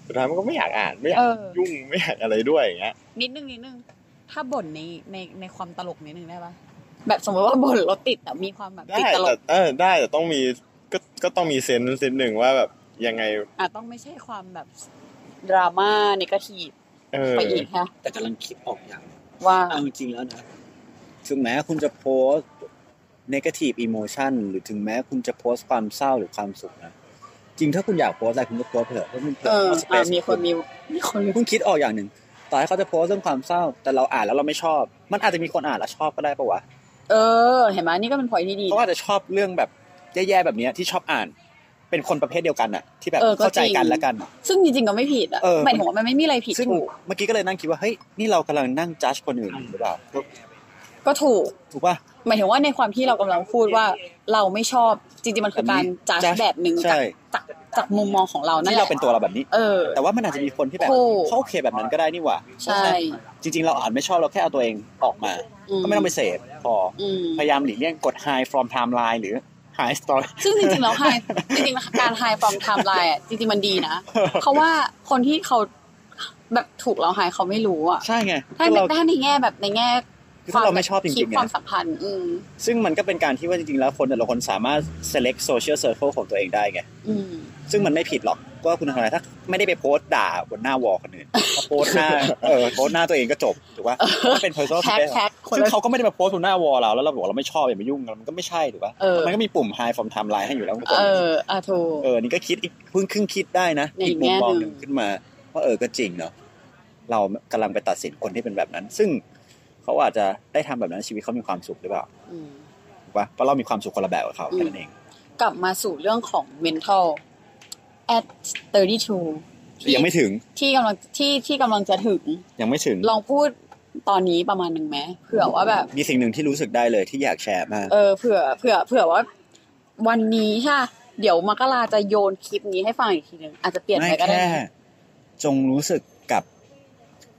สุดท้ายมันก็ไม่อยากอ่านไม่อยาก เออ ยุ่งไม่อยากอะไรด้วยอย่างเงี้ย นิดนึงนิดนึง ถ้าบ่นในในในความตลกนิดนึงได้ปะแบบสมมติว่าบ่นรถติดแต่มีความแบบ ได้ ติดตล แต่ ก เออได้แต่ต้องมีก็ก็ต้องมีเซนส์เซนส์หนึ่งว่าแบบยังไง อ่ะต้องไม่ใช่ความแบบดราม่าในกระทีบ เออ ไปอีกฮะ แต่กำลังคิดออกอย่าง ว่า เอาจริงๆแล้วนะ ถึงแม้คุณจะโพส negative emotion หรือถึงแม้คุณจะโพสต์ความเศร้าหรือความสุขนะ จริงถ้าคุณอยากโพสต์อะไรคุณก็โพสต์เถอะเพราะมัน เออ สเป อ่ะ ซ มีคนมีมีคนมี คุณคิดออกอย่างหนึ่ง ต่อให้เขาจะโพสต์เรื่องความเศร้า แต่เราอ่านแล้วเราไม่ชอบ มันอาจจะมีคนอ่านแล้วชอบก็ได้ปะวะ เออ เห็นไหมนี่ก็เป็นพอยที่ดี เขาอาจจะชอบเรื่องแบบแย่ๆแบบเนี้ยที่ชอบอ่าน เป็นคนประเภทเดียวกันน่ะ ที่แบบ เออก็ เข้าจใจริง กันและกัน ซึ่งจริงๆก็ไม่ผิดอ่ะ เออ หมายถึงว่ามันไม่มีอะไรผิด ซึ่ง ถูก เมื่อกี้ก็เลยนั่งคิดว่าเฮ้ยนี่เรากำลังนั่งจัดคนอื่นอยู่หรือเปล่า ก็ถูก ถูกป่ะ หมายถึงว่าในความที่เรากำลังพูดว่าเราไม่ชอบจริงๆมันคือการจัด แบบนี้ แบบหนึ่ง ใช่ จากจากจากมุมมองของเรานั่น ที่ แห เรา ละ เป็นตัวเราแบบนี้ เออ แต่ว่ามันอาจจะมีคนที่แบบ ถูก เขาโอเคแบบนั้นก็ได้นี่หว่า ใช่ จริงๆ เราอ่านไม่ชอบเราแค่เอาตัวเองออกมา ก็ไม่ต้องไปเสพพอ อืม พยายามหลีกเลี่ยงกด high from timeline หรือ high story ซึ่งจริงๆแล้วไฮ [LAUGHS] จริงๆการไฮฟอมไทม์ไลน์อ่ะจริงๆมันดีนะเพราะว่าคนที่เขาแบบถูกเราไฮเขาไม่รู้อ่ะ ใช่ไง ถ้า เรา ถ้าในแง่แบบในแง่ คือถ้าเราไม่ชอบจริงๆ คิด ไง ความสัมพันธ์อืม ซึ่งมันก็เป็นการที่ว่าจริงๆ แล้วคนแต่ละคนสามารถ select social circle ของตัวเองได้ไง อืม ซึ่งมันไม่ผิดหรอกว่าคุณทำอะไรถ้าไม่ได้ไปโพสต์ด่าบนหน้าวอลคนอื่นก็โพสต์หน้า เออโพสต์หน้าตัวเองก็จบถูกปะก็เป็น personal แท็ก space แท็กคน ซึ่ง ละ เขาก็ไม่ได้มาโพสต์บนหน้าวอลเราแล้วเราบอกเราไม่ชอบอย่ามายุ่งเรามันก็ไม่ใช่ถูกปะ เออ มันก็มีปุ่ม high from timeline ให้อยู่แล้วทุกคน เอออ่ะถูก เออ นี่ก็คิดอีกเพิ่งครึ่งคิดได้นะ ในอี อี ก กมุมมอง แง่ห ห นึ่งนึ่งขึ้นมา ว่าเออก็จริงเนาะเรากำลังไปตัดสินคนที่เป็นแบบนั้น ซึ่งเขาอาจจะได้ทำแบบนั้นชีวิตเขามีความสุขหรือเปล่า อืม ถูกปะเพราะเรามีความสุขคนละแบบกับเขา อืม แค่นั้นเอง กลับมาสู่เรื่องของ mental at 32ที่ ยังไม่ถึง ที่กำลังที่ที่กำลังจะถึง ยังไม่ถึง ลองพูดตอนนี้ประมาณหนึ่งไหมเผื่อว่าแบบ มีสิ่งหนึ่งที่รู้สึกได้เลยที่อยากแชร์มาก เออเผื่อเผื่อเผื่อว่า วันนี้ใช่ปะเดี๋ยวมกราจะโยนคลิปนี้ให้ฟังอีกทีหนึ่งอาจจะเปลี่ยนไป ไม่ ก็ได้ แค่ นะ จงรู้สึกกับ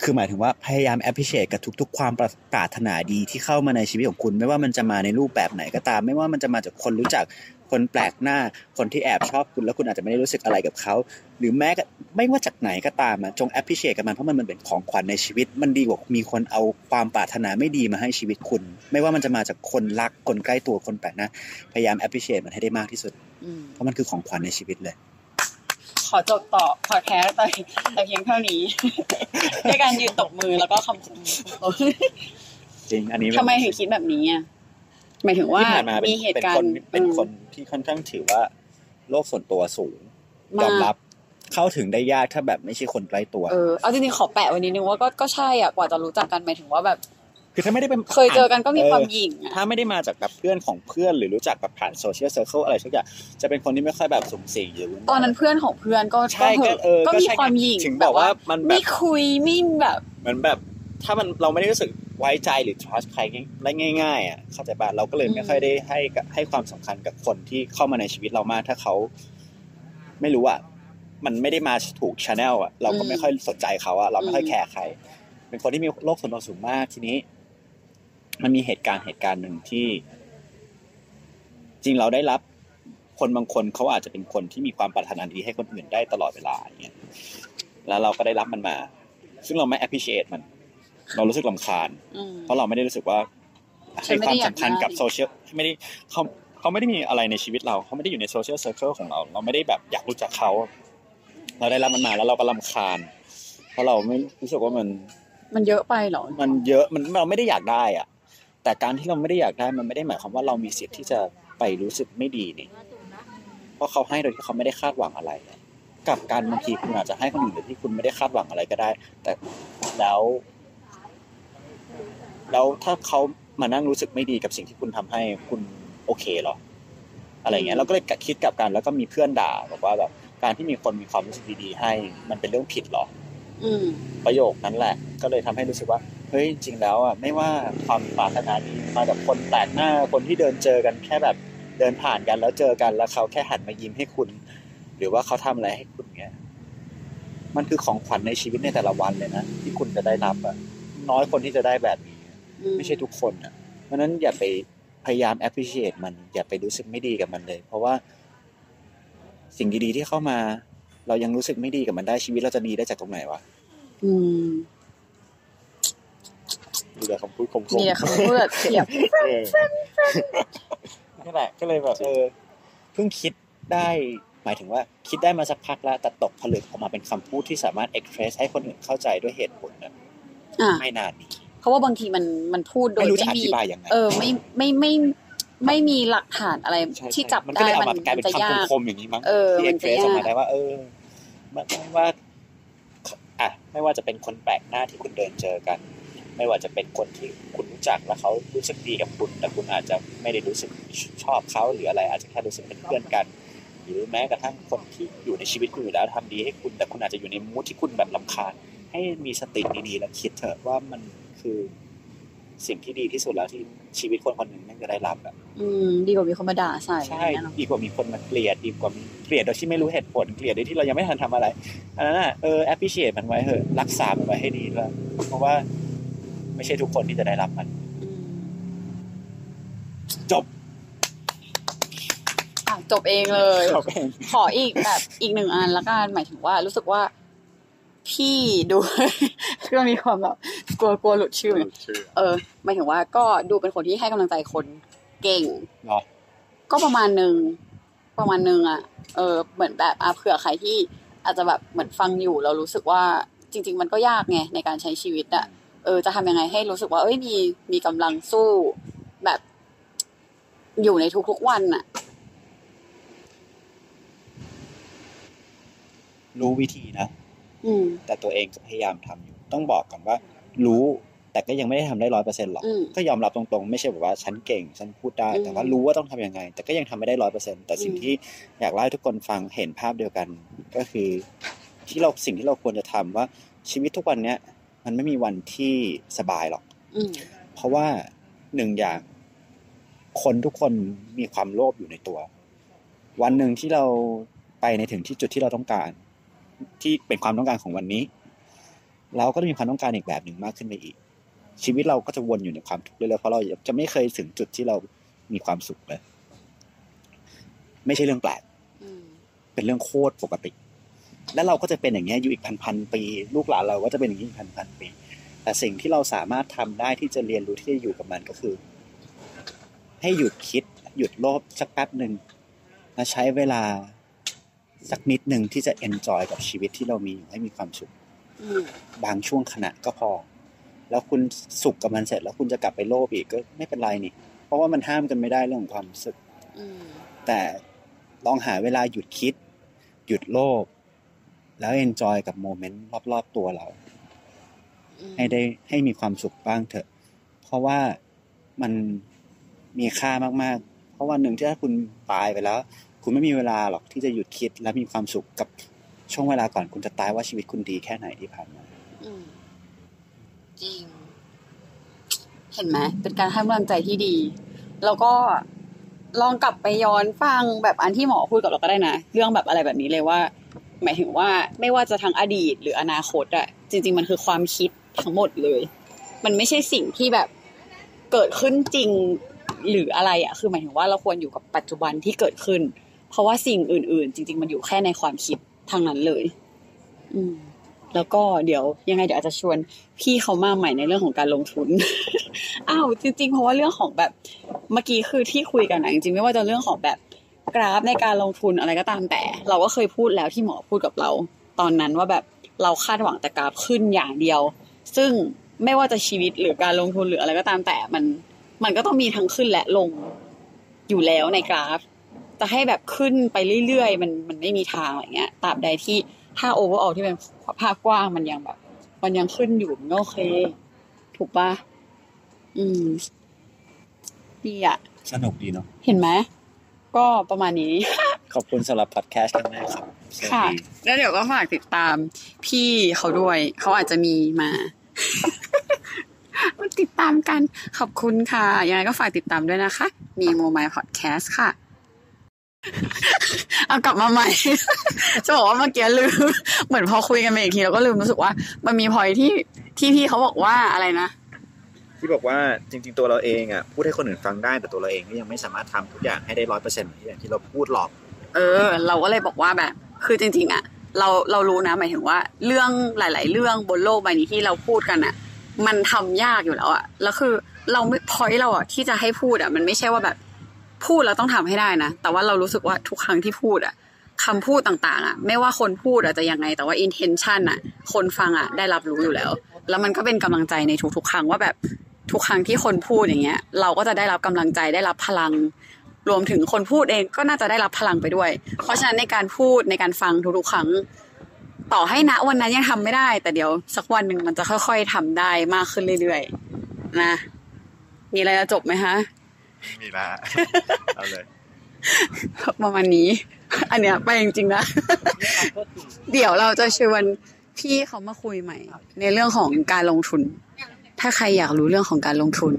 คือหมายถึงว่าพยายาม appreciate กับทุก ๆ ความปรปรารถนาดีที่เข้ามาในชีวิตของคุณ ไม่ว่ามันจะมาในรูปแบบไหนก็ตาม ไม่ว่ามันจะมาจากคนรู้จักคนแปลกหน้า คนที่แอบชอบคุณแล้วคุณอาจจะไม่ได้รู้สึกอะไรกับเขา หรือแม้กระไม่ว่าจากไหนก็ตามอะจง appreciate กับมันเพราะมันมันเป็นของขวัญในชีวิต มันดีกว่ามีคนเอาความปรารถนาไม่ดีมาให้ชีวิตคุณ ไม่ว่ามันจะมาจากคนรักคนใกล้ตัวคนแปลกหน้าพยายาม appreciate มันให้ได้มากที่สุด อืม เพราะมันคือของขวัญในชีวิตเลย ขอจบต่อพอดแคสต์แต่แต่เพียงเท่า [LAUGHS] นี้ ด้วยการยืนตบมือแล้วก็คำคม จริงอันนี้น ทำไมถึงคิดแบบนี้อ่ะหมายถึงว่า ที่ผ่านมาเป็น มีเหตุการณ์ เป็นคนเป็นคนที่ค่อนข้างถือว่าโลกส่วนตัวสูง มาย ก อมรับเข้าถึงได้ยากถ้าแบบไม่ใช่คนใกล้ตัว เออ เอาจริงๆ ขอแปะไว้นิดนึงว่าก็ก็ใช่อ่ะ กว่าจะรู้จักกันหมายถึงว่าแบบ คือถ้าไม่ได้เป็น เคยเจอกันก็มีความ เอ หยิ่ง อ อ่ะ ถ้าไม่ได้มาจากแบบเพื่อนของเพื่อนหรือรู้จักแบบผ่านโซเชียลเซอร์เคิลอะไรสักอย่างจะเป็นคนที่ไม่ค่อยแบบสูงสิงหรือวุ่วาย ตอนนั้นเพื่อนของเพื่อนก็ ใช่ ก็เหก็อะ เออ ก็มี ใช่ไง ความหยิ่ง ถึงบอกว่ามันแบ ไม่ บ คุยไม่แบบ เหมือนแบบ ถ้ามันเราไม่ได้รู้สึกไว้ใจหรือ trust ใครง่ายๆอ่ะเข้าใจป่ะเราก็เลยไม่ค่อยได้ให้กับให้ความสำคัญกับคนที่เข้ามาในชีวิตเรามากถ้าเขา ไม่รู้อ่ะ มันไม่ได้มาถูกชาแนลอ่ะ เราก็ไม่ค่อยสนใจเขาอ่ะ เราไม่ค่อยแคร์ใคร เป็นคนที่มีโลกส่วนตัวสูงมากทีนี้ มันมีเหตุการณ์เหตุการณ์หนึ่งที่ จริงเราได้รับ คนบางคนเขาอาจจะเป็นคนที่มีความปรารถนาดีให้คนอื่นได้ตลอดเวลาอย่างเงี้ยแล้วเราก็ได้รับมันมา ซึ่งเราไม่ appreciate มัน เรารู้สึกลำคาญ อืม เพราะเราไม่ได้รู้สึกว่า ฉั ให้ นไม่ ควา ได้ ม อยาก สำคัญกับ ได้ โซเชียลไม่ได้เขาเขาไม่ได้มีอะไรในชีวิตเราเขาไม่ได้อยู่ในโซเชียลเซอร์เคิลของเรา เราไม่ได้แบบอยากรู้จักเขา เราได้รับมันมาแล้วเราก็ลำคาญ เพราะเราไม่รู้สึกว่ามัน มันเยอะไปเหรอ มันเยอะมันเราไม่ได้อยากได้อะแต่การที่เราไม่ได้อยากได้มันไม่ได้หมายความว่าเรามีสิทธิ์ที่จะไปรู้สึกไม่ดีนี่ เพราะเขาให้โดยที่เขาไม่ได้คาดหวังอะไรเลยกลับการบางทีคุณอาจจะให้คนอื่นโดยที่คุณไม่ได้คาดหวังอะไรก็ได้ แต่แล้ว แล้วถ้าเขามานั่งรู้สึกไม่ดีกับสิ่งที่คุณทำให้คุณโอเคเหรอ อะไรเงี้ยเราก็เลยคิดกลับกัน แล้วก็มีเพื่อนด่าบอกว่าแบบการที่มีคนมีความรู้สึกดีๆให้ มันเป็นเรื่องผิดเหรอ อืม ประโยคนั้นแหละ ก็เลยทำให้รู้สึกว่าเฮ้ยจริงๆแล้วอ่ะไม่ว่าความปรารถนาดีมาจากคนแปลกหน้าคนที่เดินเจอกันแค่แบบเดินผ่านกันแล้วเจอกันแล้วเขาแค่หันมายิ้มให้คุณ หรือว่าเขาทำอะไรให้คุณเงี้ยมันคือของขวัญในชีวิตในแต่ละวันเลยนะที่คุณจะได้รับอ่ะน้อยคนที่จะได้แบบนี้ไม่ใช่ทุกคนอ่ะเพราะฉะนั้นอย่าไปพยายาม appreciate มันอย่าไปรู้สึกไม่ดีกับมันเลย เพราะว่า สิ่งดีๆที่เข้ามา เรายังรู้สึกไม่ดีกับมันได้ชีวิตเราจะดีได้จากตรงไหนวะ อืม ดูแต่คำพูดคมๆ มีแต่คำพูดแบบเฉีย [LAUGHS] บ เออ นั่นแหละก็เลยแบบเออเพิ่งคิดได้ หมายถึงว่าคิดได้มาสักพักแล้วแต่ตกผลึกออกมาเป็นคำพูดที่สามารถเอ็กเพรสให้คนอื่นเข้าใจด้วยเหตุผลนะ อ่ะ ไม่นานนี้ เพราะว่าบางทีมันมันพูดโด ไม่ ย รู้จะ ไม่ อ มี ธิบายยังไง เออไม่ไม่ไม่ไม่มีหลักฐานอะไร ใช่ ที่จับ มันก็ ได้ เลยเอา มั มาน กลายเป็น จะยาก คำคมๆอย่างนี้มั้ง เออ ที่ มั เอ็ น กเพ จะ ร ยาก สออกมาได้ว่า เออไม่ว่า อ่ะไม่ว่าจะเป็นคนแปลกหน้าที่คุณเดินเจอกัน ไม่ว่าจะเป็นคนที่คุณรู้จักแล้วเขารู้สึกดีกับคุณ แต่คุณอาจจะไม่ได้รู้สึกชอบเขาหรืออะไร อาจจะแค่รู้สึกเป็นเพื่อนกัน หรือแม้กระทั่งคนที่อยู่ในชีวิตคุณอยู่แล้วทำดีให้คุณ แต่คุณอาจจะอยู่ในมูทที่คุณแบบลำคาญ ให้มีสติดีๆแล้วคิดเถอะว่ามันคือสิ่งที่ดีที่สุดแล้วที่ชีวิตคนคนหนึ่งแม่งจะได้รับอะ อืมดีกว่ามีคนมาด่าใส่อะไร ใช่ เงี้ยเนอะ ดีกว่ามีคนมาเกลียด ดีกว่ามีเกลียดโดยที่ไม่รู้เหตุผล เกลียดโดยที่เรายังไม่ทันทำอะไร อันนั้นน่ะ เออ แอปพิเชตมันไว้เถอะ รักษามันไว้ให้ดีด้วย เพราะว่าไม่ใช่ทุกคนที่จะได้รับมัน อืม จบ อ่ะจบเองเลย จบเอง ขออีกแบบอีกหนึ่งอันละกันหมายถึงว่ารู้สึกว่าพี่ดู [LAUGHS] ก็มีความแบบกลัวกลัวหลุดชื่อเหมือนกัน ชื่อ เออหมายถึงว่าก็ดูเป็นคนที่ให้กำลังใจคนเก่ง เหรอ ก็ประมาณหนึ่งประมาณหนึ่งอ่ะ เออ เหมือนแบบอาเผื่อใครที่อาจจะแบบเหมือนฟังอยู่แล้วรู้สึกว่าจริง ๆ มันก็ยากไงในการใช้ชีวิตอ่ะเออจะทำยังไงให้รู้สึกว่า เอ้ยมีมีกำลังสู้แบบ อยู่ในทุกๆวันอ่ะ รู้วิธีนะ อืม แต่ตัวเองก็พยายามทำอยู่ ต้องบอกก่อนว่า รู้ แต่ก็ยังไม่ได้ทำได้ร้อยเปอร์เซ็นต์หรอก อืม ก็ยอมรับตรงๆ ไม่ใช่แบบว่าฉันเก่ง ฉันพูดได้ อืม แต่ว่ารู้ว่าต้องทำยังไง แต่ก็ยังทำไม่ได้ร้อยเปอร์เซ็นต์แต่สิ่ง อืม ที่อยากเล่าให้ทุกคนฟังเห็นภาพเดียวกัน ก็คือที่เราสิ่งที่เราควรจะทำว่าชีวิตทุกวันเนี้ยมันไม่มีวันที่สบายหรอก อืม เพราะว่าหนึ่งอย่างคนทุกคนมีความโลภอยู่ในตัว วันหนึ่งที่เราไปในถึงที่จุดที่เราต้องการ ที่เป็นความต้องการของวันนี้ เราก็จะมีความต้องการอีกแบบหนึ่งมากขึ้นไปอีก ชีวิตเราก็จะวนอยู่ในความทุกข์เรื่อยๆเพราะเราจะไม่เคยถึงจุดที่เรามีความสุขเลย ไม่ใช่เรื่องแปลก อืม เป็นเรื่องโคตรปกติ แล้วเราก็จะเป็นอย่างเงี้ยอยู่อีกพันพันๆปี ลูกหลานเราก็จะเป็นอย่างนี้อีกพันพันๆปี แต่สิ่งที่เราสามารถทำได้ที่จะเรียนรู้ที่จะอยู่กับมันก็คือ ให้หยุดคิด หยุดโลภสักแป๊บหนึ่งมาใช้เวลาสักนิดหนึ่งที่จะเอนจอยกับชีวิตที่เรามีอยู่ให้มีความสุข อืม บางช่วงขณะก็พอ แล้วคุณสุขกับมันเสร็จ แล้วคุณจะกลับไปโลภอีกก็ไม่เป็นไรนี่ เพราะว่ามันห้ามกันไม่ได้เรื่องของความรู้สึก อืม แต่ลองหาเวลาหยุดคิด หยุดโลภแล้วเอนจอยกับโมเมนต์รอบๆตัวเรา อืม ให้ได้ให้มีความสุขบ้างเถอะ เพราะว่ามันมีค่ามากๆ เพราะวันหนึ่งที่ถ้าคุณตายไปแล้ว คุณไม่มีเวลาหรอกที่จะหยุดคิดและมีความสุขกับช่วงเวลาก่อนคุณจะตายว่าชีวิตคุณดีแค่ไหนที่ผ่านมา อืมจริง เห็นไหมเป็นการให้กำลังใจที่ดี แล้วก็ลองกลับไปย้อนฟังแบบอันที่หมอพูดกับเราก็ได้นะ เรื่องแบบอะไรแบบนี้เลยว่า หมายถึงว่าไม่ว่าจะทั้งอดีตหรืออนาคตอะจริง ๆ มันคือความคิดทั้งหมดเลย มันไม่ใช่สิ่งที่แบบเกิดขึ้นจริงหรืออะไรอะคือหมายถึงว่าเราควรอยู่กับปัจจุบันที่เกิดขึ้น เพราะว่าสิ่งอื่น ๆ จริง ๆ มันอยู่แค่ในความคิดทางนั้นเลย อืม แล้วก็เดี๋ยวยังไงเดี๋ยวอาจจะชวนพี่เขามาใหม่ในเรื่องของการลงทุน [LAUGHS] อ้าวจริงๆ เพราะว่าเรื่องของแบบเมื่อกี้คือที่คุยกันนะจริงๆไม่ว่าจะเรื่องของแบบกราฟในการลงทุนอะไรก็ตามแต่ เราก็เคยพูดแล้วที่หมอพูดกับเรา ตอนนั้นว่าแบบเราคาดหวังแต่กราฟขึ้นอย่างเดียว ซึ่งไม่ว่าจะชีวิตหรือการลงทุนหรืออะไรก็ตามแต่มันมันก็ต้องมีทั้งขึ้นและลงอยู่แล้วในกราฟ จะให้แบบขึ้นไปเรื่อยๆ มันมันไม่มีทางอะไรเงี้ยตราบใดที่ถ้าโอเวอร์ออที่เป็นภาพกว้างมันยังแบบ มันยังขึ้นอยู่มันก็โอเค ถูกปะอืมดีอะ สนุกดีเนาะ เห็นไหมก็ประมาณนี้ ขอบคุณสำหรับพอดแคสต์ครั้งแรกครับสวัส ค่ะ ดี แล้วเดี๋ยวก็ฝากติดตามพี่เขาด้วย เขาอาจจะมีมา [LAUGHS] มาติดตามกัน ขอบคุณค่ะ ยังไงก็ฝากติดตามด้วยนะคะ มีโมไมล์พอดแคสต์ค่ะ [LAUGHS] เอากลับมาใหม่ [LAUGHS] จะบอกว่าเมื่อกี้ลืม [LAUGHS] เหมือนพอคุยกันไปอีกทีเราก็ลืมรู้สึกว่า มันมีพอยที่ที่พี่เขาบอกว่าอะไรนะ ที่บอกว่าจริงๆตัวเราเองอ่ะพูดให้คนอื่นฟังได้แต่ตัวเราเองก็ยังไม่สามารถทำทุกอย่างให้ได้ร้อยเปอร์เซ็นต์อย่างที่เราพูดหรอก เออ เราก็เลยบอกว่าแบบ คือจริง ๆ อ่ะ เราเรารู้นะหมายถึงว่า เรื่องหลาย ๆ เรื่องบนโลกใบนี้ที่เราพูดกันอ่ะ มันทำยากอยู่แล้วอ่ะแล้วคือเราไม่พอยเราอ่ะที่จะให้พูดอ่ะ มันไม่ใช่ว่าแบบ พูดเราต้องทำให้ได้นะแต่ว่าเรารู้สึกว่าทุกครั้งที่พูดอ่ะคำพูดต่าง ๆ อ่ะ ไม่ว่าคนพูดอ่ะจะยังไง แต่ว่า intention อ่ะ คนฟังอ่ะได้รับรู้อยู่แล้ว แล้วมันก็เป็นกำลังใจในทุก ๆ ครั้งว่าแบบทุกครั้งที่คนพูดอย่างเงี้ย เราก็จะได้รับกำลังใจได้รับพลัง รวมถึงคนพูดเองก็น่าจะได้รับพลังไปด้วย เพราะฉะนั้นในการพูดในการฟังทุกๆครั้ง ต่อให้ณวันนั้นยังทำไม่ได้ แต่เดี๋ยวสักวันหนึ่งมันจะค่อยๆทำได้มากขึ้นเรื่อยๆนะมีอะไรจะจบไหมคะ [LAUGHS] มีละ เอาเลย ประมาณนี้ อันเนี้ยไปจริงๆนะ [LAUGHS] เดี๋ยวเราจะชวนพี่เขามาคุยใหม่ ในเรื่องของการลงทุน ถ้าใครอยากรู้เรื่องของการลงทุน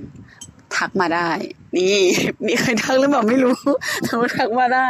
[LAUGHS] ทักมาได้ นี่ มีใครทักหรือเปล่าไม่รู้แต่ว่าทักมาได้